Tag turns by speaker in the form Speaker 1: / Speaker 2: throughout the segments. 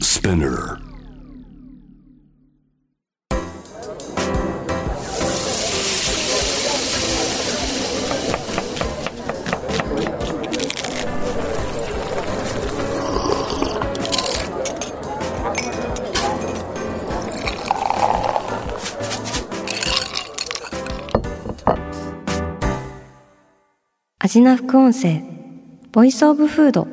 Speaker 1: Spinner.
Speaker 2: アジナ副音声ボイスオブフード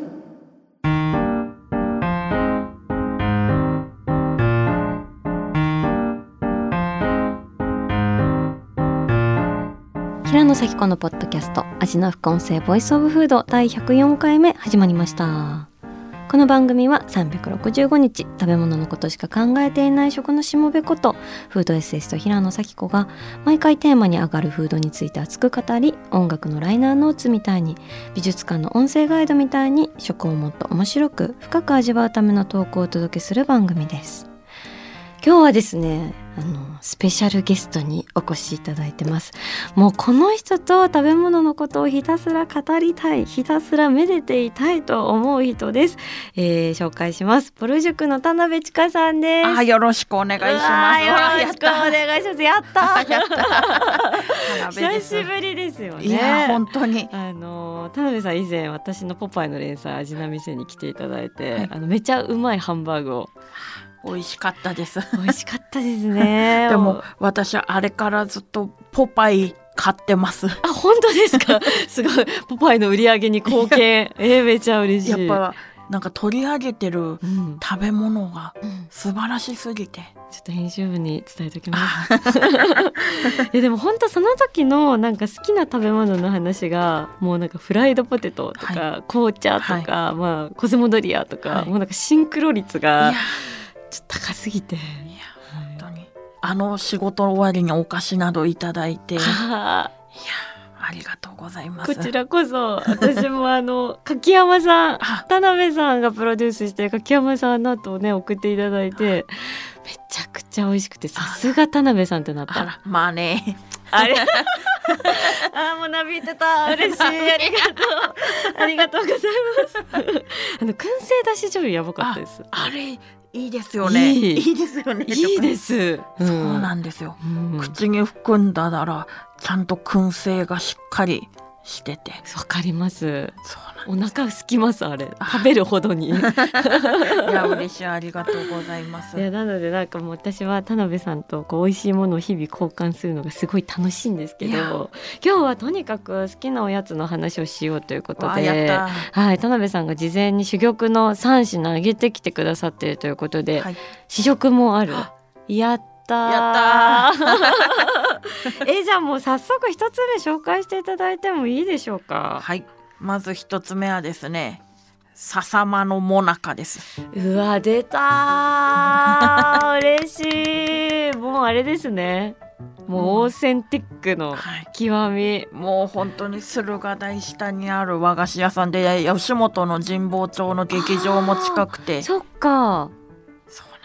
Speaker 2: 平野咲子のポッドキャストアジナ副音声ボイスオブフード第104回目始まりましたこの番組は365日食べ物のことしか考えていない食のしもべことフードエッセイスト平野咲子が毎回テーマに上がるフードについて熱く語り音楽のライナーノーツみたいに美術館の音声ガイドみたいに食をもっと面白く深く味わうための投稿をお届けする番組です今日はですねあのスペシャルゲストにお越しいただいてますもうこの人と食べ物のことをひたすら語りたいひたすらめでていたいと思う人です、えー紹介しますぼる塾の田辺千佳さんです
Speaker 3: あ、よろしくお願いします。
Speaker 2: うわー
Speaker 3: わ
Speaker 2: よろしくお願いしますやった
Speaker 3: あ やった。田辺
Speaker 2: 久
Speaker 3: です
Speaker 2: しぶりですよね。
Speaker 3: いや、本当に。
Speaker 2: あのー田辺さん以前私の「ポパイ」の連載「味な店」に来ていただいて、
Speaker 3: はい
Speaker 2: あのめちゃうまいハンバーグを
Speaker 3: 美味しかったです。
Speaker 2: 美味しかった ですね
Speaker 3: でも、私はあれからずっとポパイ買ってます。
Speaker 2: あ本当ですか すごい「ポパイ」の売り上げに貢献えー、めちゃ嬉し
Speaker 3: やっ
Speaker 2: い
Speaker 3: ぱ、なんか取り上げてる
Speaker 2: うん、
Speaker 3: 食べ物が
Speaker 2: うん
Speaker 3: 素晴らしすぎて。
Speaker 2: ちょっと編集部に伝えときます
Speaker 3: あ、
Speaker 2: いやでも本当その時のなんか好きな食べ物の話がもうなんかフライドポテトとか、紅茶とか、まあコスモドリアとか、
Speaker 3: はい
Speaker 2: もうなんかシンクロ率
Speaker 3: いや
Speaker 2: が、ちょっと高すぎて。
Speaker 3: いや、本当に。あの仕事終わりにお菓子などいただいて、いや、
Speaker 2: は
Speaker 3: ありがとうございま
Speaker 2: あ
Speaker 3: す。
Speaker 2: こちらこそ私もあの 柿山さん
Speaker 3: あ
Speaker 2: 田辺さんがプロデュースしてる柿山さんの後をね送っていただいてめちゃくちゃ美味しくてさすが田辺さんってなっ
Speaker 3: あ
Speaker 2: た
Speaker 3: ら、まあね。
Speaker 2: あれ あーもうなびいてた嬉しいありがとうありがとうございますあの燻製だし醤油やばかったです
Speaker 3: あれ、いいですよね。
Speaker 2: いい
Speaker 3: いいですよね。
Speaker 2: いいです、、
Speaker 3: そうなんんですよ。
Speaker 2: うん、わ
Speaker 3: 口に含んだならちゃんと燻製がしっかりしてて
Speaker 2: かります
Speaker 3: そ
Speaker 2: お
Speaker 3: う
Speaker 2: 腹空きますあれ
Speaker 3: あ
Speaker 2: 食べるほどにい
Speaker 3: なんいや嬉しいありがとうございます
Speaker 2: やなのでなんかもう私は田辺さんとこう美味しいものを日々交換するのがすごい楽しいんですけ
Speaker 3: いや
Speaker 2: ど今日はとにかく好きなおやつの話をしようということ
Speaker 3: わあ
Speaker 2: で
Speaker 3: やった
Speaker 2: はい、田辺さんが事前に珠玉の3品あげてきてくださっているということで、
Speaker 3: はい
Speaker 2: 試食もあるやったー
Speaker 3: やった
Speaker 2: ー えじゃあもう早速一つ目紹介していただいてもいいでしょうか
Speaker 3: はいまず一つ目はですね笹間のもなかです
Speaker 2: うわ出た ー嬉しいもうあれですねもうオーセンティックの
Speaker 3: はい
Speaker 2: 極み
Speaker 3: もう本当に駿河台下にある和菓子屋さんで吉本の神保町の劇場も近くて
Speaker 2: そ
Speaker 3: そ
Speaker 2: っか
Speaker 3: う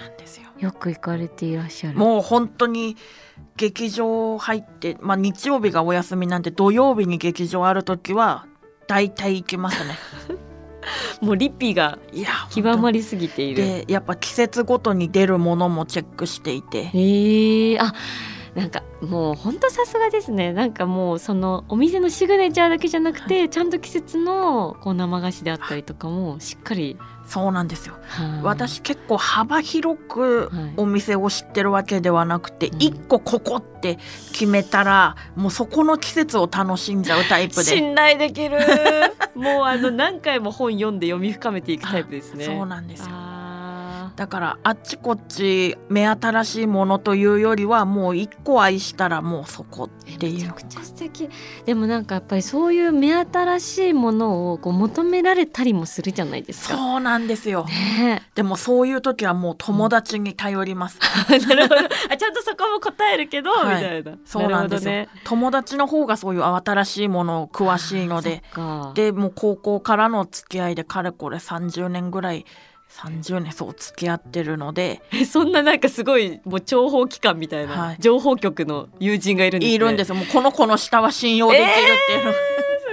Speaker 3: なんですよ
Speaker 2: よく行かれていらっしゃる
Speaker 3: もう本当に劇場入って、まあ、日曜日がお休みなんで土曜日に劇場ある時は大体行きま すね。
Speaker 2: もうリピが
Speaker 3: いや
Speaker 2: 極ま
Speaker 3: り
Speaker 2: りすぎている
Speaker 3: でやっぱ季節ごとに出るものもチェックしていて
Speaker 2: へえあなんかもうほんとさすがですねなんかもうそのお店のシグネチャーだけじゃなくて、ちゃんと季節のこう生菓子であったりとかもしっかり、
Speaker 3: そうなんですよ。
Speaker 2: はい
Speaker 3: 私結構幅広く
Speaker 2: はい
Speaker 3: お店を知ってるわけではなくて、
Speaker 2: うん
Speaker 3: 一個ここって決めたらもうそこの季節を楽しんじゃうタ イプで。
Speaker 2: 信頼できるもうあの何回も本読んで読み深めていくタイプですね
Speaker 3: そうなんですよ
Speaker 2: あ
Speaker 3: だからあっちこっち目新しいものというよりはもう一個愛したらもうそこ
Speaker 2: ー
Speaker 3: って
Speaker 2: め
Speaker 3: い
Speaker 2: ちゃ
Speaker 3: う
Speaker 2: くちゃ素敵でもなんかやっぱりそういう目新しいものをこう求められたりもするじゃないですか。
Speaker 3: そうなんですよ
Speaker 2: ね
Speaker 3: でもそういう時はもう友達に頼り ます、
Speaker 2: えなるほど あちゃんとそこも答えるけど、
Speaker 3: はい
Speaker 2: みたいな
Speaker 3: そうなんですよ
Speaker 2: るほどね
Speaker 3: 友達の方がそういう慌ただしいものを詳しいの で
Speaker 2: そっか
Speaker 3: でもう高校からの付き合いでかれこれ30年ぐらい30年そう付き合ってるので
Speaker 2: え そんななんかすごいもう情報機関みたいな、
Speaker 3: はい
Speaker 2: 情報局の友人がいるんです、ね、
Speaker 3: いるんですすよもうこの子の下は信用できるっていうの
Speaker 2: す
Speaker 3: が、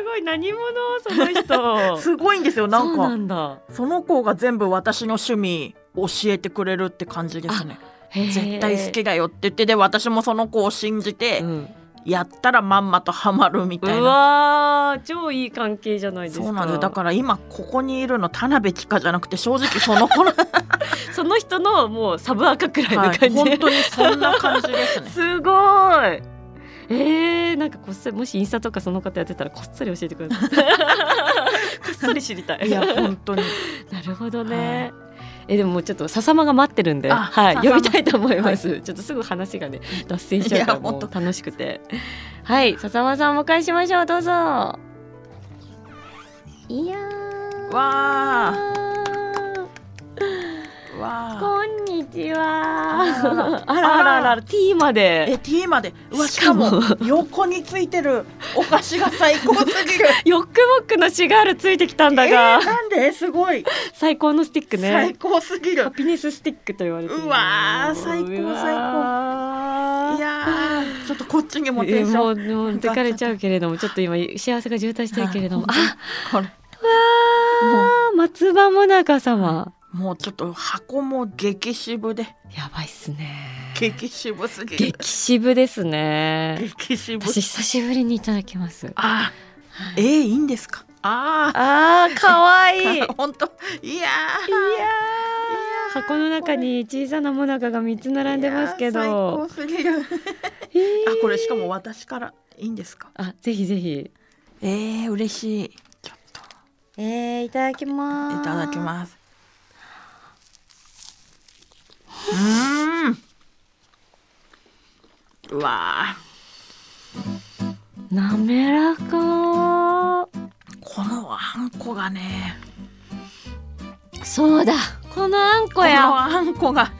Speaker 2: ごい何者その人
Speaker 3: すごいんですよな
Speaker 2: そ
Speaker 3: ん
Speaker 2: う
Speaker 3: か
Speaker 2: なんだ
Speaker 3: その子が全部私の趣味教えてくれるって感じですね
Speaker 2: へー
Speaker 3: 絶対好きだよって言ってで私もその子を信じて、
Speaker 2: うん
Speaker 3: やったらまんまとハマるみたいうな
Speaker 2: わー超いい関係じゃないですか
Speaker 3: そうなんですだから今ここにいるの田辺千佳じゃなくて正直そ の子の、は
Speaker 2: その人のもうサブアカくらいの感
Speaker 3: い、
Speaker 2: じ、
Speaker 3: 本当にそんな感じですね
Speaker 2: すごいえー、なんかこっそりもしインスタとかその方やってたらこっそり教えてくだ さいこっそり知りた い
Speaker 3: いや本当に
Speaker 2: なるほどね、えでももうちょっと笹間が待ってるんで、
Speaker 3: あ
Speaker 2: はい、
Speaker 3: 笹
Speaker 2: 読
Speaker 3: 間
Speaker 2: みたいと思います、ちょっとすぐ話がね脱線しちゃうから
Speaker 3: いや
Speaker 2: も
Speaker 3: 本当
Speaker 2: う楽しくてはい笹間さんお迎えしましょうどうぞいやー
Speaker 3: わーわー
Speaker 2: こんにち
Speaker 3: あ
Speaker 2: は。あら
Speaker 3: ら
Speaker 2: あらあら、T ま
Speaker 3: え
Speaker 2: で。
Speaker 3: T までうわ
Speaker 2: し
Speaker 3: し
Speaker 2: か
Speaker 3: か
Speaker 2: も
Speaker 3: も横についてるお菓子が最高 すぎる
Speaker 2: ヨックモックのシガールついてきたんだ
Speaker 3: えー、
Speaker 2: が、
Speaker 3: なんですごい、
Speaker 2: 最高のスティック
Speaker 3: 最
Speaker 2: ね。
Speaker 3: 高すぎ
Speaker 2: ハ
Speaker 3: る
Speaker 2: ピネススティックと言われてる。
Speaker 3: うわー最高
Speaker 2: うわー
Speaker 3: いやーちょっとこっちにも
Speaker 2: え
Speaker 3: テンション
Speaker 2: もうもう持ってかれちゃうけれども、ちょっと今幸せが渋滞してるけれども、あ、
Speaker 3: これ
Speaker 2: わー松葉もなか様。
Speaker 3: もうちょっと箱も激渋で
Speaker 2: やばいっすね。
Speaker 3: 激渋すぎる
Speaker 2: 激渋ですね。
Speaker 3: 激渋
Speaker 2: 私久しぶりにいただきます。
Speaker 3: あーえー、いいんですかあ
Speaker 2: あ
Speaker 3: ー
Speaker 2: ー、可愛い。
Speaker 3: 本当いや
Speaker 2: いや
Speaker 3: ー
Speaker 2: ー箱の中に小さなもなかが三つ並んでますけ
Speaker 3: いやー
Speaker 2: ど。
Speaker 3: 最高すぎる
Speaker 2: えー
Speaker 3: あこれしかも私からいいんですか
Speaker 2: あぜひぜひ。
Speaker 3: えー、嬉しいちょっと
Speaker 2: えー、いただきま
Speaker 3: いただきますうーんうわー
Speaker 2: す。滑らか。
Speaker 3: このあんこがね
Speaker 2: そうだ。このあんこ
Speaker 3: この
Speaker 2: や。
Speaker 3: あんこが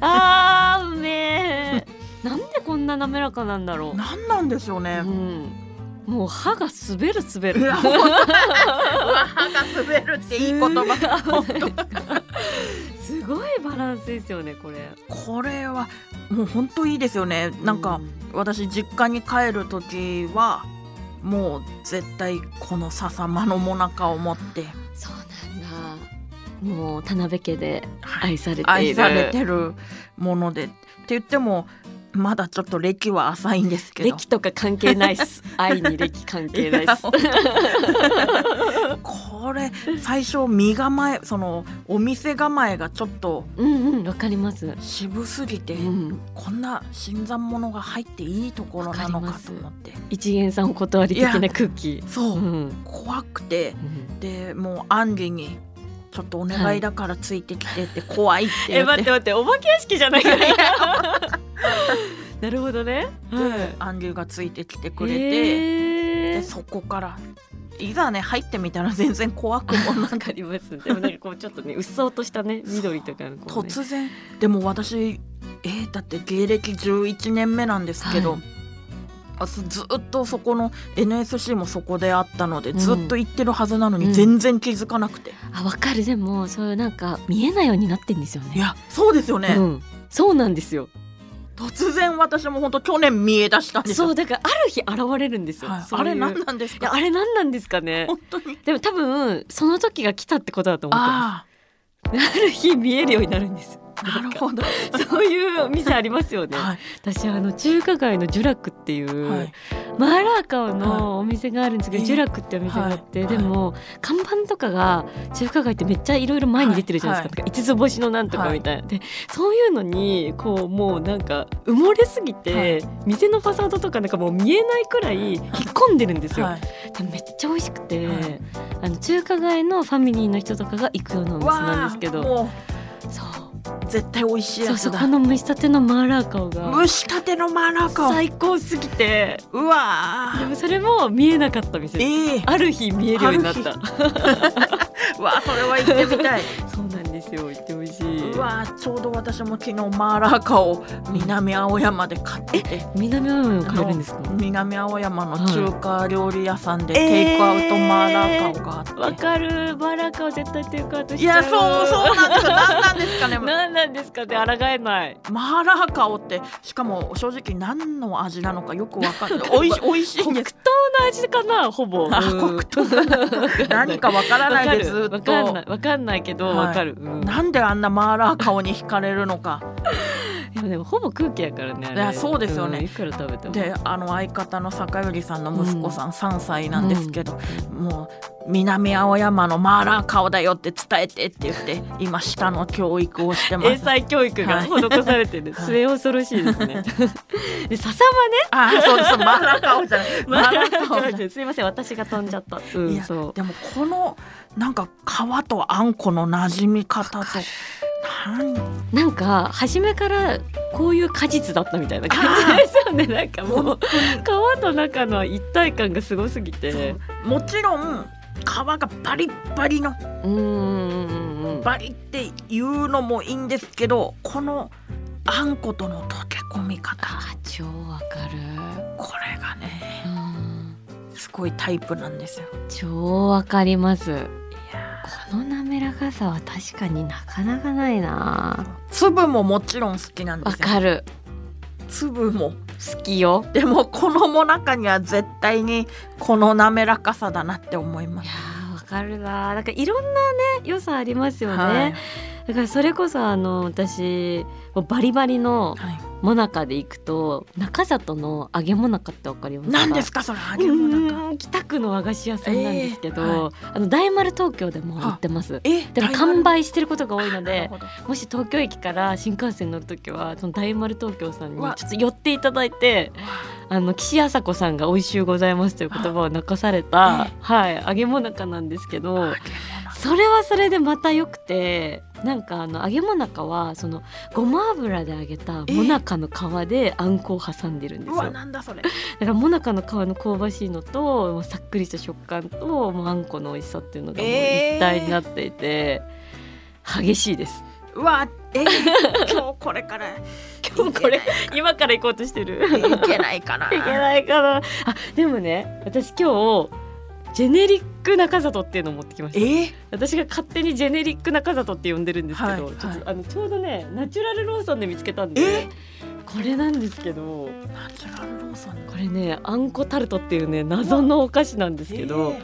Speaker 2: あーうめえ。 なんでこんな滑らかなんだろ
Speaker 3: 何なんでしょう
Speaker 2: う。う
Speaker 3: ね、
Speaker 2: ん。もう歯が滑る滑る。
Speaker 3: いや 本当歯が滑るっていい言葉本当
Speaker 2: すごいバランスですよねこれ。
Speaker 3: これはもう本当いいですよねなんか私実家に帰る時はもう絶対この笹間のもなかを持って
Speaker 2: そうなんだ。もう田辺家で愛されている。
Speaker 3: 愛されてるものでって言ってもまだちょっと歴は浅いんですけど
Speaker 2: 歴とか関係ないっ す愛に歴関係ないっす
Speaker 3: いこれ最初身構えそのお店構えがちょっと
Speaker 2: うんうんわかります
Speaker 3: 渋すぎて、
Speaker 2: うん
Speaker 3: こんな新参者が入っていいところなのかと思って
Speaker 2: 一元さんお断り的な空気
Speaker 3: そう、
Speaker 2: うん
Speaker 3: 怖くて
Speaker 2: うん
Speaker 3: でもうアンリに「ちょっとお願いだからついてきて」って怖いって
Speaker 2: え
Speaker 3: 言っ
Speaker 2: 待ってて待ってお化け屋敷じゃないから なるほどねはい
Speaker 3: アンリがついてきてくれて、
Speaker 2: へ
Speaker 3: で
Speaker 2: ー
Speaker 3: そこからいざね入ってみたら全然怖くも な
Speaker 2: わ
Speaker 3: く
Speaker 2: かりますでもなんかこうちょっとねうっそうとしたね緑とかのこうね
Speaker 3: 突然でも私えーだって芸歴11年目なんですけど、
Speaker 2: は
Speaker 3: あずずっとそこの NSC もそこであったので、
Speaker 2: うん
Speaker 3: ずっと行ってるはずなの
Speaker 2: う
Speaker 3: に
Speaker 2: ん
Speaker 3: 全然気づかなくて、
Speaker 2: あわかるでもそういうなんか見えないようになってんですよ
Speaker 3: い
Speaker 2: ね
Speaker 3: やそうですよね、
Speaker 2: うんそうなんですよ
Speaker 3: 突然私も本当去年見え出したんですよ、
Speaker 2: そうだからある日現れるんですよ
Speaker 3: はい
Speaker 2: そういう
Speaker 3: あれ何なんです
Speaker 2: いや
Speaker 3: か
Speaker 2: あれ何なんですかね
Speaker 3: 本当に
Speaker 2: でも多分その時が来たってことだと思ってま
Speaker 3: あ
Speaker 2: すあ る日見えるようになるんです
Speaker 3: あなるほど、
Speaker 2: そういう店ありますよね
Speaker 3: はい
Speaker 2: 私あの中華街のジュラクっていう、
Speaker 3: はい
Speaker 2: マーラーカオ
Speaker 3: はい
Speaker 2: のお店があるんですけど、
Speaker 3: えー
Speaker 2: ジュラクってお店があって、
Speaker 3: はい
Speaker 2: でも看板とかが中華街ってめっちゃいろいろ前に出てるじゃないですか,、なんか五つ星のなんとかみたいな、でそういうのにこうもうなんか埋もれすぎて、
Speaker 3: はい
Speaker 2: 店のファサードとかなんかもう見えないくらい引っ込んでるんですよ、
Speaker 3: はい
Speaker 2: でもめっちゃ美味しくて、
Speaker 3: はい
Speaker 2: あの中華街のファミリーの人とかが行くようなお店なんですけ
Speaker 3: わ
Speaker 2: ど
Speaker 3: あも
Speaker 2: そう
Speaker 3: う絶対美味しい
Speaker 2: そ
Speaker 3: や
Speaker 2: うそ
Speaker 3: つ
Speaker 2: う
Speaker 3: だ
Speaker 2: この蒸したてのマーラー顔が
Speaker 3: 蒸したてのマーラーカオ
Speaker 2: 最高すぎて
Speaker 3: うわ
Speaker 2: でも
Speaker 3: ー
Speaker 2: それも見えなかった店です
Speaker 3: ええ
Speaker 2: ある日見えるようになっ
Speaker 3: あ
Speaker 2: た
Speaker 3: うわーそれは行ってみたい
Speaker 2: そうなんですよ行ってほしいう
Speaker 3: わーちょうど私も昨日マーラーカオを南青山で買ってて
Speaker 2: 南青山を帰れるんですか
Speaker 3: 南青山の中華料理屋さんで
Speaker 2: はい
Speaker 3: テイクアウトマーラーカオがあ
Speaker 2: わ
Speaker 3: って、
Speaker 2: かるマーラー顔絶対テイクアウトし
Speaker 3: い
Speaker 2: ちゃ
Speaker 3: や
Speaker 2: う
Speaker 3: そうそうなんですよ何なんですかね
Speaker 2: 何なんですかね抗えない
Speaker 3: マーラーカオってしかも正直何の味なのかよくわかんないおいし美味しいん
Speaker 2: 黒
Speaker 3: です
Speaker 2: 糖な味かなほぼ
Speaker 3: あ
Speaker 2: うん
Speaker 3: 黒糖 何かわからないでず
Speaker 2: わ
Speaker 3: っ
Speaker 2: かんない
Speaker 3: と
Speaker 2: わかんないけど
Speaker 3: はい
Speaker 2: わかる、うん
Speaker 3: なんであんなマーラー顔に惹かれるのか
Speaker 2: いやでもほぼ空気やからねあれ
Speaker 3: いやそうですよね
Speaker 2: んいくら食べても
Speaker 3: であの相方の坂寄さんの息子さん3歳なんですけど、もう南青山のマーラー顔だよって伝えてって言って今下の教育をしてま
Speaker 2: 英
Speaker 3: す。
Speaker 2: 才教育が施されてる、
Speaker 3: はい
Speaker 2: 末恐ろしいですね で笹
Speaker 3: あそうですマーラー顔じゃない マーラー
Speaker 2: 間
Speaker 3: 顔
Speaker 2: ね
Speaker 3: じゃない
Speaker 2: すいません私が飛んじゃった、うん
Speaker 3: いや
Speaker 2: そう
Speaker 3: でもこのなんか皮とあんこの馴染み方となん
Speaker 2: なんか初めからこういう果実だったみたいな感じですよ ねなんかもう皮と中の一体感がすごすぎて
Speaker 3: もちろん皮がバリッバリの
Speaker 2: うーん
Speaker 3: バリっていうのもいいんですけどこのあんことの溶け込み方
Speaker 2: あ超わかる
Speaker 3: これがね
Speaker 2: うん
Speaker 3: すごいタイプなんですよ。
Speaker 2: 超わかります
Speaker 3: いや
Speaker 2: この滑らかさは確かになかなかないな
Speaker 3: ー粒ももちろん好きなんで
Speaker 2: わ
Speaker 3: すよ。
Speaker 2: かる
Speaker 3: 粒も
Speaker 2: 好きよ
Speaker 3: でもこのもなかには絶対にこの滑らかさだなって思いま
Speaker 2: い
Speaker 3: す。
Speaker 2: やーわかるななんかいろんなね良さありますよね、
Speaker 3: はい
Speaker 2: だからそれこそあの私もうバリバリの
Speaker 3: はい
Speaker 2: もなかで行くと中里の揚げもなかってわかりますか
Speaker 3: 何ですかそれ揚げもなか。
Speaker 2: うーん北区の和菓子屋さんなんですけど、
Speaker 3: えーは
Speaker 2: あの大丸東京でも売ってます
Speaker 3: え
Speaker 2: でも
Speaker 3: 台
Speaker 2: 完
Speaker 3: 湾
Speaker 2: 売してることが多いの
Speaker 3: なる
Speaker 2: で
Speaker 3: ほど
Speaker 2: もし東京駅から新幹線乗るときはその大丸東京さんに
Speaker 3: うわ
Speaker 2: ちょっと寄っていただいてあの岸あさこさんが「おいしゅうございます」という言葉を残された、はい、揚げもなかなんですけ
Speaker 3: 揚げ
Speaker 2: ど
Speaker 3: も
Speaker 2: それはそれでまた良くてなんかあの揚げもなかはそのごま油で揚げたもなかの皮であんこを挟んでるんで
Speaker 3: う
Speaker 2: す
Speaker 3: わ
Speaker 2: よだ
Speaker 3: なんだそれ。
Speaker 2: からもなかの皮の香ばしいのともうさっくりした食感ともうあんこの美味しさっていうのがもう一体になっていて、激しいです
Speaker 3: うわえ今日これから
Speaker 2: 今日これ今から行こうとして る
Speaker 3: いけないかな。
Speaker 2: いけないかなあでもね私今日ジェネリック中里っていうのを持ってきました
Speaker 3: え
Speaker 2: 私が勝手にジェネリック中里って呼んでるんですけど、
Speaker 3: はい
Speaker 2: ちょっと
Speaker 3: はい
Speaker 2: あのちょうどねナチュラルローソンで見つけたんで
Speaker 3: え
Speaker 2: これなんですけど
Speaker 3: ナチュラルローソン
Speaker 2: これねあんこタルトっていうね謎のお菓子なんですけど、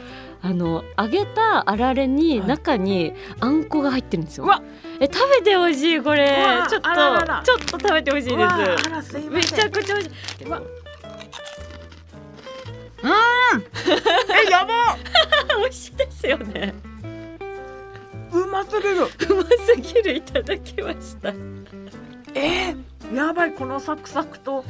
Speaker 2: あの揚げたあられに
Speaker 3: はい
Speaker 2: 中にあんこが入ってるんですよ、
Speaker 3: うわ
Speaker 2: え食べて美味しいこれ
Speaker 3: うわ
Speaker 2: ちょっと
Speaker 3: あららら
Speaker 2: ちょっと食べて美味しい
Speaker 3: えー、
Speaker 2: で
Speaker 3: うわあ
Speaker 2: す
Speaker 3: らすいま
Speaker 2: め
Speaker 3: せん
Speaker 2: ちゃくちゃ美味しいう
Speaker 3: わえやば
Speaker 2: 美味しいですよね
Speaker 3: うますぎる
Speaker 2: うますぎるいただきました。
Speaker 3: えー、やばいこのサクサクと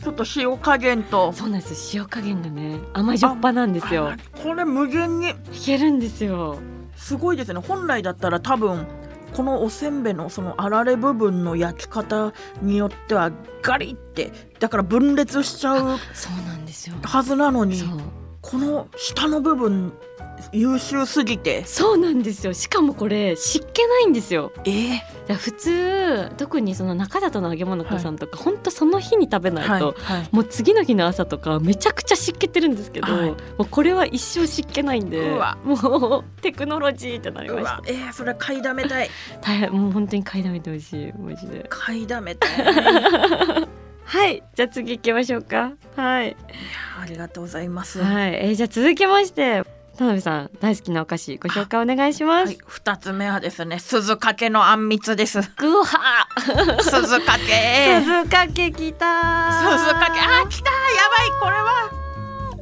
Speaker 3: ちょっと塩加減と
Speaker 2: そうなんですよ。塩加減がね、甘じょっぱなんですよ
Speaker 3: あ。これ無限に
Speaker 2: いけるんですよ。
Speaker 3: すごいですね本来だったら多分このおせんべいのそのあられ部分の焼き方によってはガリってだから分裂しちゃう
Speaker 2: そうなんですよ。
Speaker 3: はずなのに
Speaker 2: そう、
Speaker 3: この下の部分優秀すぎて
Speaker 2: そうなんですよ。しかもこれ湿気ないんですよ。
Speaker 3: えー、
Speaker 2: だから普通、特にその中里の揚げ物かさんとか、本当その日に食べないと。
Speaker 3: はい
Speaker 2: もう次の日の朝とかめちゃくちゃ湿気てるんですけど、
Speaker 3: はい
Speaker 2: もうこれは一生湿気ないんで
Speaker 3: うわ
Speaker 2: もうテクノロジーってなり
Speaker 3: う
Speaker 2: まし
Speaker 3: わえー、それ買いだめたい
Speaker 2: た大変もう本当に買いだめてほしいマジで
Speaker 3: 買いだめたい
Speaker 2: はいじゃあ次行きましょうかはい
Speaker 3: ありがとうございますはい、
Speaker 2: はい、えーじゃあ続きまして田辺さん大好きなお菓子ご紹介お願いします、
Speaker 3: 二つ目はですね鈴掛けのあんみつです
Speaker 2: ぐは
Speaker 3: 鈴掛け鈴
Speaker 2: 鈴かけきた
Speaker 3: 掛けあー来たやばいこれは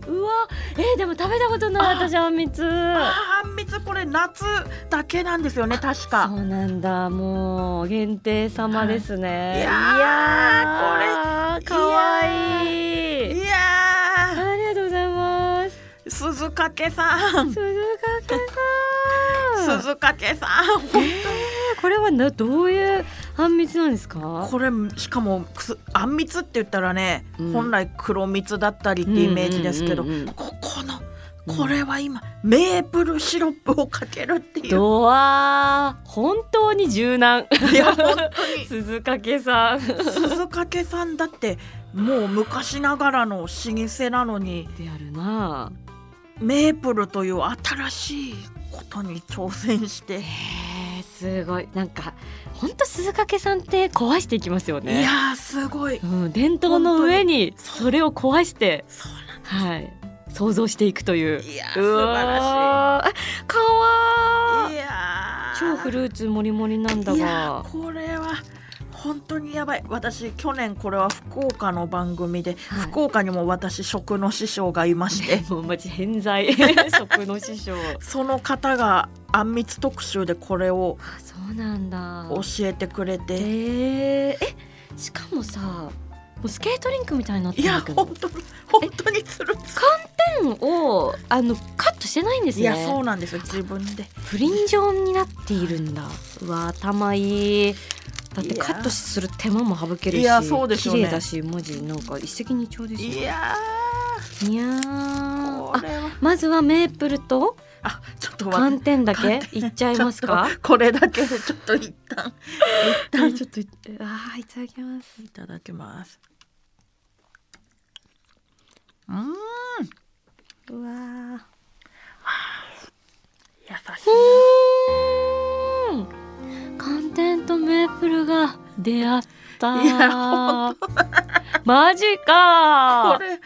Speaker 2: うわえーでも食べたことない
Speaker 3: あ
Speaker 2: 私あんみつ
Speaker 3: あーあんみつこれ夏だけなんですよね確
Speaker 2: そ
Speaker 3: か
Speaker 2: うなんだもう限定様ですね、
Speaker 3: はいいやー
Speaker 2: いやーかわい
Speaker 3: い
Speaker 2: い
Speaker 3: や
Speaker 2: ありがとうございます
Speaker 3: ー鈴掛けさん
Speaker 2: 鈴かけさん
Speaker 3: 鈴掛けさん
Speaker 2: これはなどういうあんみつなんですか
Speaker 3: これしかもくすあんみつって言ったらね、
Speaker 2: うん
Speaker 3: 本来黒蜜だったりってイメージですけど、
Speaker 2: うんうんうんうん
Speaker 3: ここ
Speaker 2: うん
Speaker 3: のこれは今、メープルシロップをかけるっていう
Speaker 2: ドア本当に柔軟
Speaker 3: いや本当に
Speaker 2: 鈴懸さん
Speaker 3: 鈴懸さんだってもう昔ながらの老舗なのに
Speaker 2: であるな
Speaker 3: メープルという新しいことに挑戦して、
Speaker 2: えー、すごいなんか本当鈴懸さんって壊していきますよね
Speaker 3: いやーすごい
Speaker 2: うん、伝統の上に
Speaker 3: 当に
Speaker 2: それを壊して
Speaker 3: そうなん
Speaker 2: はい想像していくという
Speaker 3: いや
Speaker 2: う
Speaker 3: 素晴ら
Speaker 2: わーあかわ
Speaker 3: しいい
Speaker 2: い
Speaker 3: やー
Speaker 2: 超フルーツもりもりなんだ
Speaker 3: いや
Speaker 2: が
Speaker 3: ーこれは本当にやばい私去年これは福岡の番組で、
Speaker 2: はい
Speaker 3: 福岡にも私食の師匠がいまして
Speaker 2: もうマジ偏在食の師匠
Speaker 3: その方があんみつ特集でこれを
Speaker 2: あそうなんだ
Speaker 3: 教えてくれて、
Speaker 2: えー、えしかもさもうスケートリンクみたいになって
Speaker 3: い
Speaker 2: るん
Speaker 3: や
Speaker 2: だけど
Speaker 3: 本当本当につるつ
Speaker 2: ペンをあのカットしてないんです
Speaker 3: るい
Speaker 2: ね
Speaker 3: やそうなんですよ自分で
Speaker 2: プリン状になっているんだうわ頭いいだってカットする手間も省けるし
Speaker 3: いやそうですよね
Speaker 2: 綺麗だし文字なんか一石二鳥です
Speaker 3: い
Speaker 2: ね
Speaker 3: や
Speaker 2: いやー
Speaker 3: ーこ
Speaker 2: あ
Speaker 3: れは
Speaker 2: まずはメープルと
Speaker 3: あちょっとわ
Speaker 2: 寒天だけ
Speaker 3: 寒天
Speaker 2: いっちゃいますか
Speaker 3: ちょっとこれだけでちょっと一旦一
Speaker 2: はい
Speaker 3: 旦
Speaker 2: ちょっとい あーいただきます
Speaker 3: いただきますうーん
Speaker 2: うわー
Speaker 3: 優しい
Speaker 2: ふーん寒天とメープルが出会った
Speaker 3: いやほ
Speaker 2: マジか
Speaker 3: これ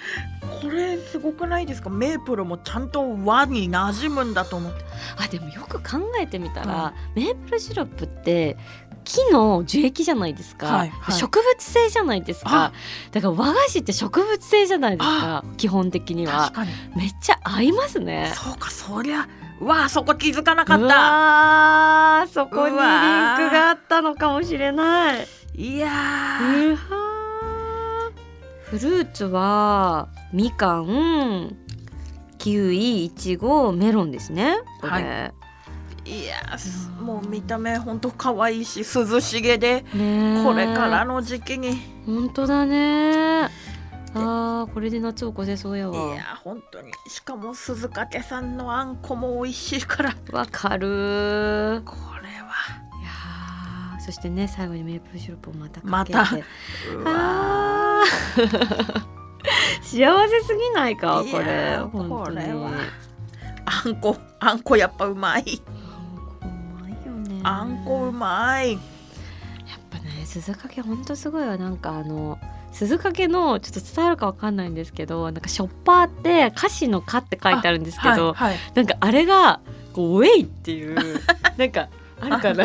Speaker 3: これすごくないですかメープルもちゃんと和に馴染むんだと思って
Speaker 2: あでもよく考えてみたら、メープルシロップって木の樹液じゃないですか、
Speaker 3: はいはい
Speaker 2: 植物性じゃないですか
Speaker 3: あ
Speaker 2: だから和菓子って植物性じゃないですか基本的には
Speaker 3: 確かに
Speaker 2: めっちゃ合いますね
Speaker 3: そうかそりゃうわあそこ気づかなか
Speaker 2: う
Speaker 3: った
Speaker 2: わーそこにリンク
Speaker 3: うわー
Speaker 2: があったのかもしれない
Speaker 3: いや
Speaker 2: う
Speaker 3: ー
Speaker 2: はーフルーツはみかんキウイいちごメロンですねこれ、
Speaker 3: はいいやーすもう見た目ほんと可愛いし涼しげで
Speaker 2: ねー
Speaker 3: これからの時期にい
Speaker 2: 本当だねあーこれで夏を越せそうやわ
Speaker 3: やー本当にしかも鈴懸さんのあんこも美味しいから
Speaker 2: わかるーい
Speaker 3: これは
Speaker 2: やーそしてね最後にメープルシロップをまたか
Speaker 3: ま
Speaker 2: けて
Speaker 3: たう
Speaker 2: あー幸せすぎないかこ
Speaker 3: い
Speaker 2: れ
Speaker 3: やー
Speaker 2: 本当に
Speaker 3: これはあんこあんこやっぱうまい
Speaker 2: あんこうまいよね
Speaker 3: あんこうまい
Speaker 2: やっぱね鈴懸ほんとすごいわなんかあの鈴懸のちょっと伝わるかわかんないんですけどなんかショッパーって歌詞の「か」って書いてあるんですけど、
Speaker 3: はいはい
Speaker 2: なんかあれがこうウェイっていう なんかある かな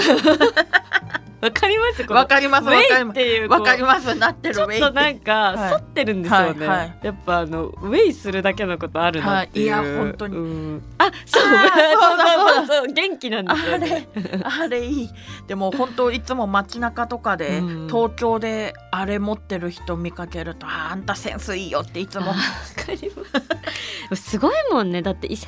Speaker 2: わかりますこの
Speaker 3: わかります
Speaker 2: ウ
Speaker 3: わか
Speaker 2: ェ
Speaker 3: り
Speaker 2: イっ
Speaker 3: ま
Speaker 2: ていう
Speaker 3: す
Speaker 2: こう
Speaker 3: わかりますなって
Speaker 2: ち
Speaker 3: る
Speaker 2: ょ
Speaker 3: ウ
Speaker 2: っ
Speaker 3: ェイ
Speaker 2: となんか
Speaker 3: はい
Speaker 2: 反ってるんですよね、
Speaker 3: はいはい
Speaker 2: やっぱあのウェイするだけのことあるなっていう、
Speaker 3: はいいや本当に
Speaker 2: うんあそう そ
Speaker 3: あーそうそうそ
Speaker 2: うそ
Speaker 3: う
Speaker 2: うそう元気なんですよ
Speaker 3: あ
Speaker 2: ね
Speaker 3: れあれいいでも本当いつも街中とかで、
Speaker 2: うん
Speaker 3: 東京であれ持ってる人見かけるとああんたセンスいいよっていつ
Speaker 2: あ
Speaker 3: も
Speaker 2: わかり ますすごいもんねだって伊勢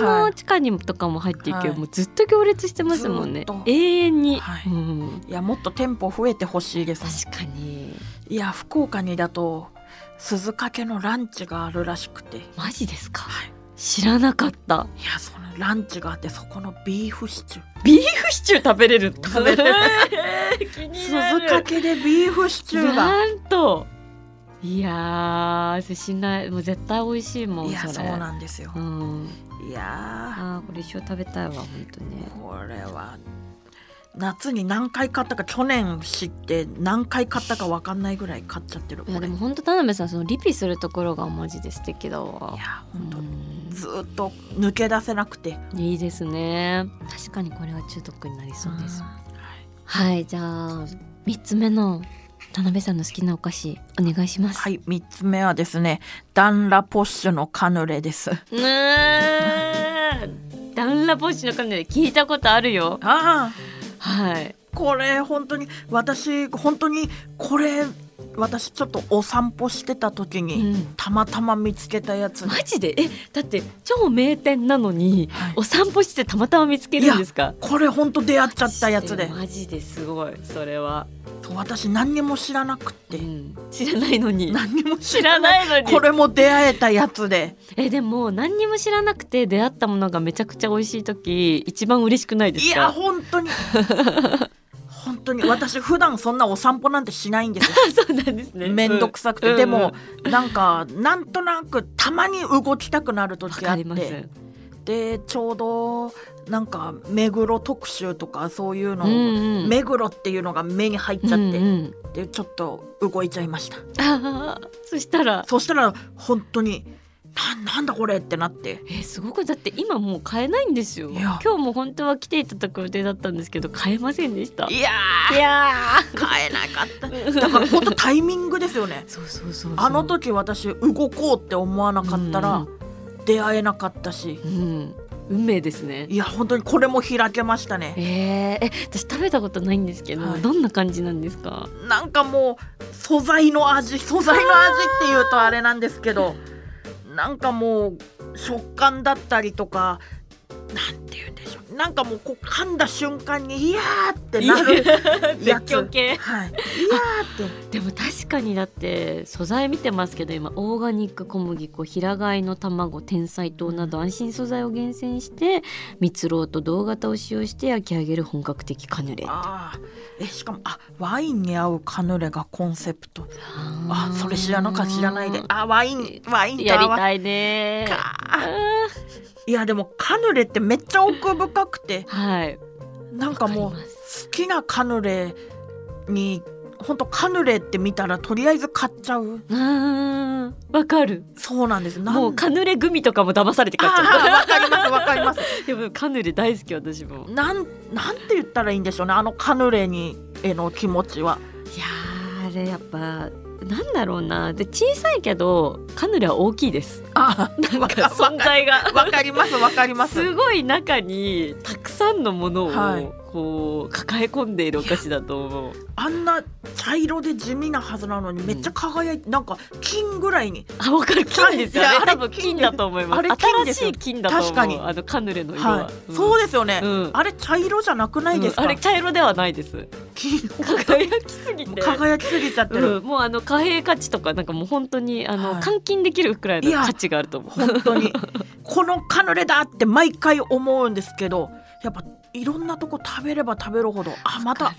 Speaker 2: 丹の地下にもとかも入っていけど、
Speaker 3: はい
Speaker 2: もうずっと行列してますもんね
Speaker 3: ずっと
Speaker 2: 永遠に、
Speaker 3: はい
Speaker 2: うん
Speaker 3: いやもっと店舗増えてほしいですね
Speaker 2: 確かに
Speaker 3: いや福岡にだと鈴懸のランチがあるらしくて
Speaker 2: マジですか
Speaker 3: はい
Speaker 2: 知らなかった
Speaker 3: いやそのランチがあってそこのビーフシチュー
Speaker 2: ビーフシチュー食べ れる
Speaker 3: 食べれる
Speaker 2: 気になる
Speaker 3: 鈴懸でビーフシチューが
Speaker 2: なんといやーそれ信頼もう絶対美味しいもん
Speaker 3: いや
Speaker 2: そ
Speaker 3: そ
Speaker 2: れ
Speaker 3: うなんですよ
Speaker 2: うん、
Speaker 3: いや
Speaker 2: あーこれ一生食べたいわ本当ね
Speaker 3: ーこれは夏に何回買ったか去年知って何回買ったか分かんないぐらい買っちゃってる
Speaker 2: い
Speaker 3: こ
Speaker 2: やで
Speaker 3: れい
Speaker 2: も本当田辺さんそのリピするところがマジで素敵だわ
Speaker 3: や本当
Speaker 2: うん
Speaker 3: ずーっと抜け出せなくて
Speaker 2: いいですね確かにこれは中毒になりそうです、
Speaker 3: ん
Speaker 2: はいじゃあ三つ目の田辺さんの好きなお菓子お願いします
Speaker 3: はい3つ目はですねダンラポッシュのカヌレです
Speaker 2: ねえダンラポッシュのカヌレ聞いたことあるよ
Speaker 3: ああ
Speaker 2: はい
Speaker 3: これ本当に私本当にこれ私ちょっとお散歩してた時に、
Speaker 2: うん
Speaker 3: たまたま見つけたやつで
Speaker 2: マジでえだって超名店なのに
Speaker 3: はい
Speaker 2: お散歩してたまたま見つけるんですか
Speaker 3: これ本当出会っちゃったやつで
Speaker 2: マジですごいそれは、
Speaker 3: そう私何にも知らなくて、
Speaker 2: うん知らないのに
Speaker 3: 何にも
Speaker 2: 知
Speaker 3: 知
Speaker 2: ら
Speaker 3: らない
Speaker 2: ないのに
Speaker 3: これも出会えたやつで
Speaker 2: えでも何にも知らなくて出会ったものがめちゃくちゃ美味しい時一番嬉しくないです
Speaker 3: い
Speaker 2: か
Speaker 3: や本 当に本当に私普段そんなお散歩なんてしないんですよ
Speaker 2: あそうなんですね
Speaker 3: 面倒くさくて、
Speaker 2: うん
Speaker 3: でも、なんかなんとなくたまに動きたくなる
Speaker 2: うんわ
Speaker 3: 時あ
Speaker 2: か
Speaker 3: っ
Speaker 2: ります
Speaker 3: てでちょうどなんか目黒特集とかそういうの、
Speaker 2: うんうん
Speaker 3: 目黒っていうのが目に入っちゃって、
Speaker 2: うんうん
Speaker 3: でちょっと動いちゃいました
Speaker 2: あーそしたら
Speaker 3: そしたら本当にななんだこれってなって
Speaker 2: えすごくだって今もう買えないんですよ
Speaker 3: いや
Speaker 2: 今日も本当は来ていただく予定だったんですけど買えませんでした
Speaker 3: いや
Speaker 2: いや
Speaker 3: ー買えなかった
Speaker 2: ー
Speaker 3: だから本当タイミングですよね
Speaker 2: そうそうそうそう
Speaker 3: あの時私動こうって思わなかったら出会えなかったし
Speaker 2: うん、うん運命ですね
Speaker 3: いや本当にこれも開けましたね
Speaker 2: えー、え私食べたことないんですけど、
Speaker 3: はい
Speaker 2: どんな感じなんですか
Speaker 3: なんかもう素材の味素材の味っていうとあれなんですけどなんかもう食感だったりとかなんて言うんでしょうなんかもうこう噛んだ瞬間に「いやー!」ってなるやつ
Speaker 2: 系
Speaker 3: はい、いやーって
Speaker 2: でも確かにだって素材見てますけど今オーガニック小麦粉平飼いの卵天才糖など安心素材を厳選して蜜ろうと銅型を使用して焼き上げる本格的カヌレ
Speaker 3: ああえしかもあワインに合うカヌレがコンセプトあ
Speaker 2: あ
Speaker 3: それ知らなかった知らないであワインワインと
Speaker 2: やり
Speaker 3: 合わ
Speaker 2: たいね
Speaker 3: かいやでもカヌレってめっちゃ奥深くて
Speaker 2: はい
Speaker 3: なんかもう
Speaker 2: わかりま
Speaker 3: 好きなカヌレに本当カヌレって見たらとりあえず買っちゃう
Speaker 2: あーわかる
Speaker 3: そうなんですなん
Speaker 2: もうカヌレグミとかも騙されて買っちゃ
Speaker 3: あーわかりますわかります
Speaker 2: うでもカヌレ大好き私も
Speaker 3: なんなんて言ったらいいんでしょうねあのカヌレにへの気持ちはい
Speaker 2: やーあれやっぱなんだろうなで小さいけどカヌレは大きいです
Speaker 3: あー
Speaker 2: な
Speaker 3: わ
Speaker 2: ん
Speaker 3: か
Speaker 2: か
Speaker 3: わか
Speaker 2: 存在が
Speaker 3: わかりますわかります
Speaker 2: すごい中にたくさんのものを、
Speaker 3: はい
Speaker 2: こう抱え込んでいるお菓子だと思う
Speaker 3: あんな茶色で地味なはずなのにめっちゃ輝いて、なんか金ぐらいに
Speaker 2: あ分かる金ですよね
Speaker 3: いやあれ
Speaker 2: 多分金だと思います
Speaker 3: あれ金
Speaker 2: 新
Speaker 3: です
Speaker 2: し
Speaker 3: よ
Speaker 2: い金だと思う
Speaker 3: 確かに
Speaker 2: あのカヌレの色は、
Speaker 3: はい、そうですよね、
Speaker 2: うん
Speaker 3: あれ茶色じゃなくないですか、
Speaker 2: うんあれ茶色ではないです
Speaker 3: 金
Speaker 2: 輝きすぎて
Speaker 3: 輝きすぎちゃってる、
Speaker 2: うん、もうあの貨幣価値とかなんかもう本当にあの、
Speaker 3: はい
Speaker 2: 換金できるくらいの
Speaker 3: いや
Speaker 2: 価値があると思う
Speaker 3: 本当 にこのカヌレだって毎回思うんですけどやっぱいろんなとこ食べれば食べるほどあまた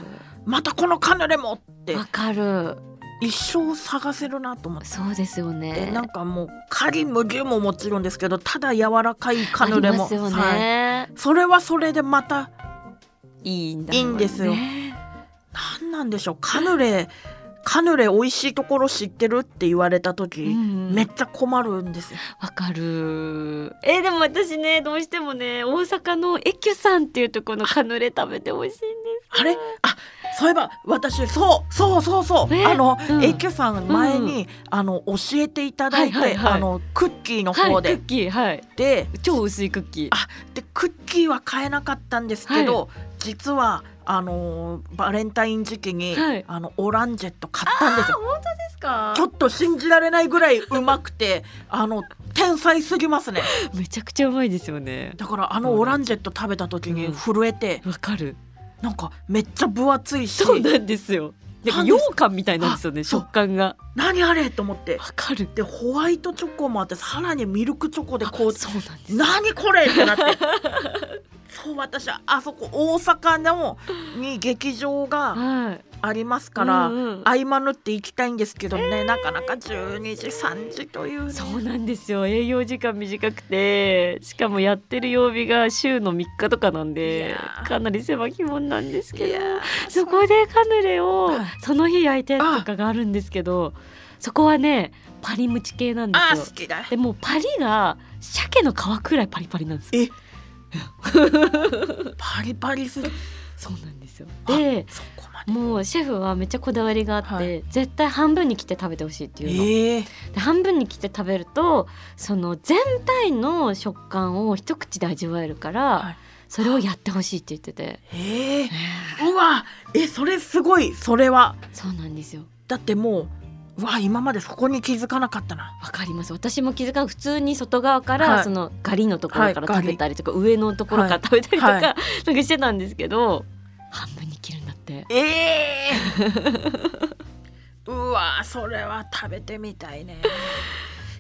Speaker 3: またこのカヌレもって
Speaker 2: わかる
Speaker 3: 一生探せるなと思って。
Speaker 2: そうですよ
Speaker 3: で
Speaker 2: ね
Speaker 3: なんかもうカリも牛ももちろんですけどただ柔らかいカヌレ
Speaker 2: あり
Speaker 3: も、
Speaker 2: ますよ
Speaker 3: はい
Speaker 2: ね、
Speaker 3: それはそれでまた
Speaker 2: い、いんだ
Speaker 3: いいんですよ
Speaker 2: ね
Speaker 3: なんなんでしょうカヌレカヌレ美味しいところ知ってるって言われた時、
Speaker 2: うん
Speaker 3: めっちゃ困るんですよ
Speaker 2: わかるえーでも私ねどうしてもね大阪のエキュさんっていうところのカヌレ食べてほしいんです
Speaker 3: あれあそういえば私そうそうそうそう、
Speaker 2: ね
Speaker 3: あの、
Speaker 2: うん
Speaker 3: えきゅさん前に、あの教えていただいて、
Speaker 2: はいはいはい
Speaker 3: あのクッキーの
Speaker 2: はい
Speaker 3: 方
Speaker 2: ク
Speaker 3: で、
Speaker 2: ッキーはい
Speaker 3: で
Speaker 2: 超薄いクッキー
Speaker 3: あでクッキーは買えなかったんですけど、実はあのーバレンタイン時期に、
Speaker 2: はい
Speaker 3: あのオランジェット買ったんですよ
Speaker 2: 本当ですか
Speaker 3: ちょっと信じられないぐらいうまくてあの天才すぎますね
Speaker 2: めちゃくちゃうまいですよね
Speaker 3: だからあのオランジェット食べた時に
Speaker 2: うん
Speaker 3: 震えて、
Speaker 2: わかる
Speaker 3: なんかめっちゃ分厚いし
Speaker 2: そうなんですよなんか
Speaker 3: なんです
Speaker 2: 羊羹みたいなんですよね
Speaker 3: あそう
Speaker 2: 食感が
Speaker 3: 何あれと思って
Speaker 2: わかる
Speaker 3: でホワイトチョコもあってさらにミルクチョコで
Speaker 2: あ
Speaker 3: こう
Speaker 2: そうなんです
Speaker 3: 何これって なってそう私はあそこ大阪のに劇場が
Speaker 2: はい
Speaker 3: ありますから、
Speaker 2: うんうん
Speaker 3: 合間縫って行きたいんですけどね、なかなか12時3時というね
Speaker 2: そうなんですよ営業時間短くてしかもやってる曜日が週の3日とかなん
Speaker 3: い
Speaker 2: で
Speaker 3: やー
Speaker 2: かなり狭き門なんですけ
Speaker 3: い
Speaker 2: ど
Speaker 3: やー
Speaker 2: そこでカヌレを
Speaker 3: はい
Speaker 2: その日焼いたやつとかがあるんですけどそこはねパリムチ系なんで
Speaker 3: あー
Speaker 2: すよ
Speaker 3: 好きだ
Speaker 2: でもうパリが鮭の皮くらいパリパリなんですよ
Speaker 3: パリパリする
Speaker 2: そうなんですよ
Speaker 3: あ
Speaker 2: で
Speaker 3: そこまで
Speaker 2: もうシェフはめっちゃこだわりがあって、
Speaker 3: はい
Speaker 2: 絶対半分に切って食べてほしいっていうの、
Speaker 3: ええ
Speaker 2: で半分に切って食べるとその全体の食感を一口で味わえるから、
Speaker 3: はい
Speaker 2: それをやってほしいって言ってて、
Speaker 3: ええうわえそれすごいそれは
Speaker 2: そうなんですよ
Speaker 3: だってもううわ今までそこに気づかなかったな
Speaker 2: わかります私も気づかん普通に外側から、
Speaker 3: はい
Speaker 2: そのガリのところから
Speaker 3: はい
Speaker 2: 食べたりとか、上のところから
Speaker 3: はい
Speaker 2: 食べたりとか、
Speaker 3: はい
Speaker 2: なんかしてたんですけど半分に切るんだって
Speaker 3: ええ うわそれは食べてみたいね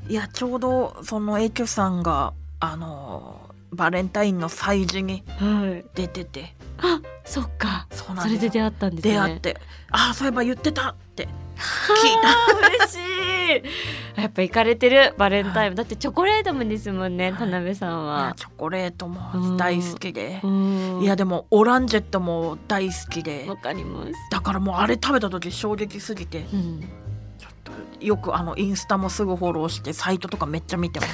Speaker 3: いやちょうどそのえきゅさんがあのバレンタインの催事に
Speaker 2: はい
Speaker 3: 出てて
Speaker 2: あそっか
Speaker 3: そうな
Speaker 2: そ
Speaker 3: ん
Speaker 2: れ
Speaker 3: です
Speaker 2: で出
Speaker 3: よ
Speaker 2: 会ったんですね
Speaker 3: 出会ってああそういえば言ってたって
Speaker 2: 聞
Speaker 3: いた
Speaker 2: 嬉しいやっぱ行かれてるバレンタインだってチョコレートもですもんね
Speaker 3: はい
Speaker 2: 田辺さん
Speaker 3: いや
Speaker 2: は、
Speaker 3: チョコレートも大好きで
Speaker 2: うん
Speaker 3: いやでもオランジェットも大好きで
Speaker 2: わかります
Speaker 3: だからもうあれ食べた時衝撃すぎて
Speaker 2: うん
Speaker 3: ちょっとよくあのインスタもすぐフォローしてサイトとかめっちゃ見て ます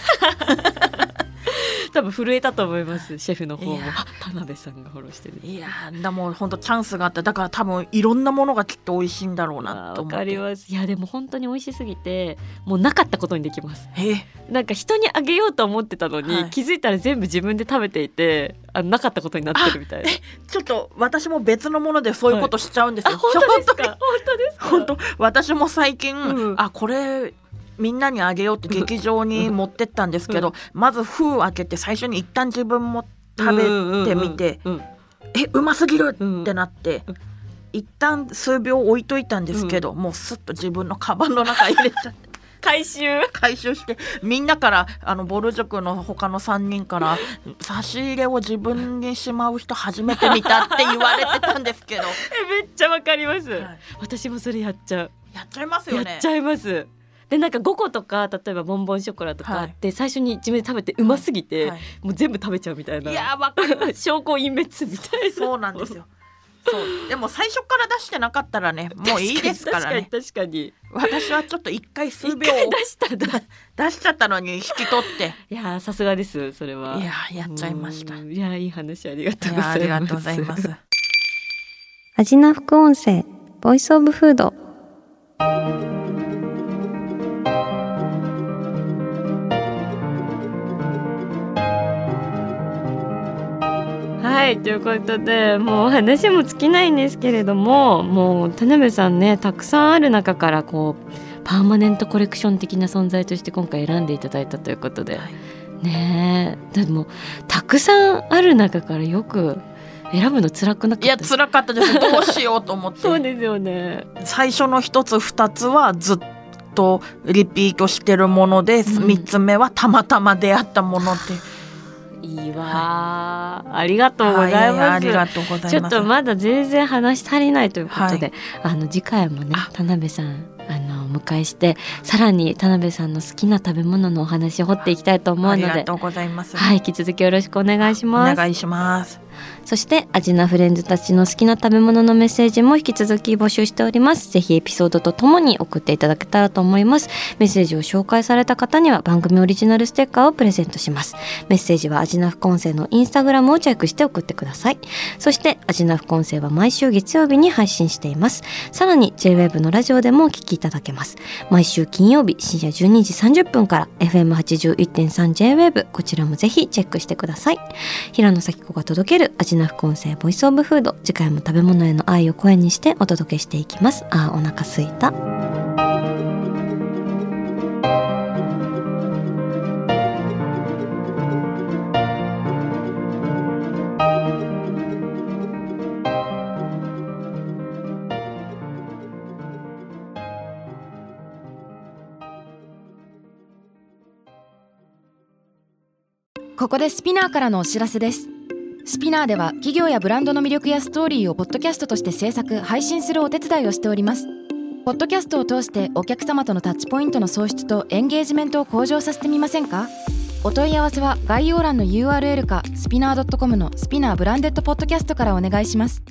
Speaker 2: 多分震えたと思いますシェフの方も
Speaker 3: いや
Speaker 2: 田辺さんがフォローしてる
Speaker 3: いやーだもう本当チャンスがあっただから多分いろんなものがきっと美味しいんだろうな
Speaker 2: あー
Speaker 3: と
Speaker 2: わ
Speaker 3: 思
Speaker 2: か
Speaker 3: って
Speaker 2: りますいやでも本当に美味しすぎてもうなかったことにできます
Speaker 3: え
Speaker 2: なんか人にあげようと思ってたのに、
Speaker 3: はい
Speaker 2: 気づいたら全部自分で食べていてあなかったことになってるみたいな
Speaker 3: ちょっと私も別のものでそういうことしちゃうんです
Speaker 2: あ
Speaker 3: よ、
Speaker 2: 本当ですか本当ですか
Speaker 3: 本当私も最近、
Speaker 2: うん
Speaker 3: あこれみんなにあ げようって劇場に持ってったんですけど、まず封を開けて最初に一旦自分も食べてみて、
Speaker 2: うんうん
Speaker 3: えうますぎる
Speaker 2: うん
Speaker 3: ってなって、
Speaker 2: うん
Speaker 3: 一旦数秒置いといたんですけど、もうスッと自分のカバンの中入れちゃって
Speaker 2: 回収
Speaker 3: 回収してみんなからあのボル塾の他の3人 から差し入れを自分にしまう人初めて見たって言われてたんですけど、
Speaker 2: めっちゃわかります、
Speaker 3: はい
Speaker 2: 私もそれやっちゃう
Speaker 3: やっちゃいますよ
Speaker 2: やっ
Speaker 3: ね。
Speaker 2: ちゃいますでなんか5個とか例えばボンボンショコラとかあって、最初に自分で食べてうますぎて、
Speaker 3: はい
Speaker 2: もう全部食べちゃうみたいな
Speaker 3: いやーわか る
Speaker 2: 証拠隠滅みたいな
Speaker 3: そうなんですよ。そうでも最初から出してなかったらねもういいですからね
Speaker 2: 確かに
Speaker 3: 私はちょっと一回数
Speaker 2: 確かに
Speaker 3: 秒
Speaker 2: 一回出したん だ
Speaker 3: 出しちゃったのに引き取って
Speaker 2: いやーさすがですそれはい
Speaker 3: やーやっちゃいました
Speaker 2: う
Speaker 3: い
Speaker 2: んいやーいい話ありがとう
Speaker 3: や
Speaker 2: ご
Speaker 3: ーあ
Speaker 2: ざい
Speaker 3: り
Speaker 2: ます
Speaker 3: がとうございます
Speaker 2: アジナ副音声ボイスオブフード はいということでもう話も尽きないんですけれどももう田辺さんねたくさんある中からこうパーマネントコレクション的な存在として今回選んでいただいたということで、
Speaker 3: はい
Speaker 2: ねえでもたくさんある中からよく選ぶの辛くなかった
Speaker 3: いや辛かった ですどうしようと思っ
Speaker 2: そう
Speaker 3: て
Speaker 2: ですよね。
Speaker 3: 最初の一つ二つはずっとリピートしてるもので
Speaker 2: うん
Speaker 3: 三、つ目はたまたま出会ったものって
Speaker 2: いいわー、ありがとうございます。
Speaker 3: はありがとうございます
Speaker 2: ちょっとまだ全然話足りないということで、
Speaker 3: は
Speaker 2: あの次回もね
Speaker 3: あ
Speaker 2: 田辺さんあのお迎えしてさらに田辺さんの好きな食べ物のお話を掘っていきたいと思うの
Speaker 3: ありが
Speaker 2: で
Speaker 3: と。うございます、
Speaker 2: はい、引き続きよろしくお願いし
Speaker 3: お
Speaker 2: ます。
Speaker 3: 願いします
Speaker 2: そしてアジナフレンズたちの好きな食べ物のメッセージも引き続き募集しておりますぜひエピソードとともに送っていただけたらと思いますメッセージを紹介された方には番組オリジナルステッカーをプレゼントしますメッセージはアジナフコンセのインスタグラムをチェックして送ってくださいそしてアジナフコンセは毎週月曜日に配信していますさらに JWEB のラジオでもお聞きいただけます毎週金曜日深夜12時30分から FM81.3JWEB こちらもぜひチェックしてください平野咲子が届ける味な副音声ボイスオブフード次回も食べ物への愛を声にしてお届けしていきますあーお腹すいた
Speaker 1: ここでスピナーからのお知らせですスピナーでは企業やブランドの魅力やストーリーをポッドキャストとして制作配信するお手伝いをしておりますポッドキャストを通してお客様とのタッチポイントの創出とエンゲージメントを向上させてみませんかお問い合わせは概要欄の URL かスピナー .com のスピナーブランデッドポッドキャストからお願いします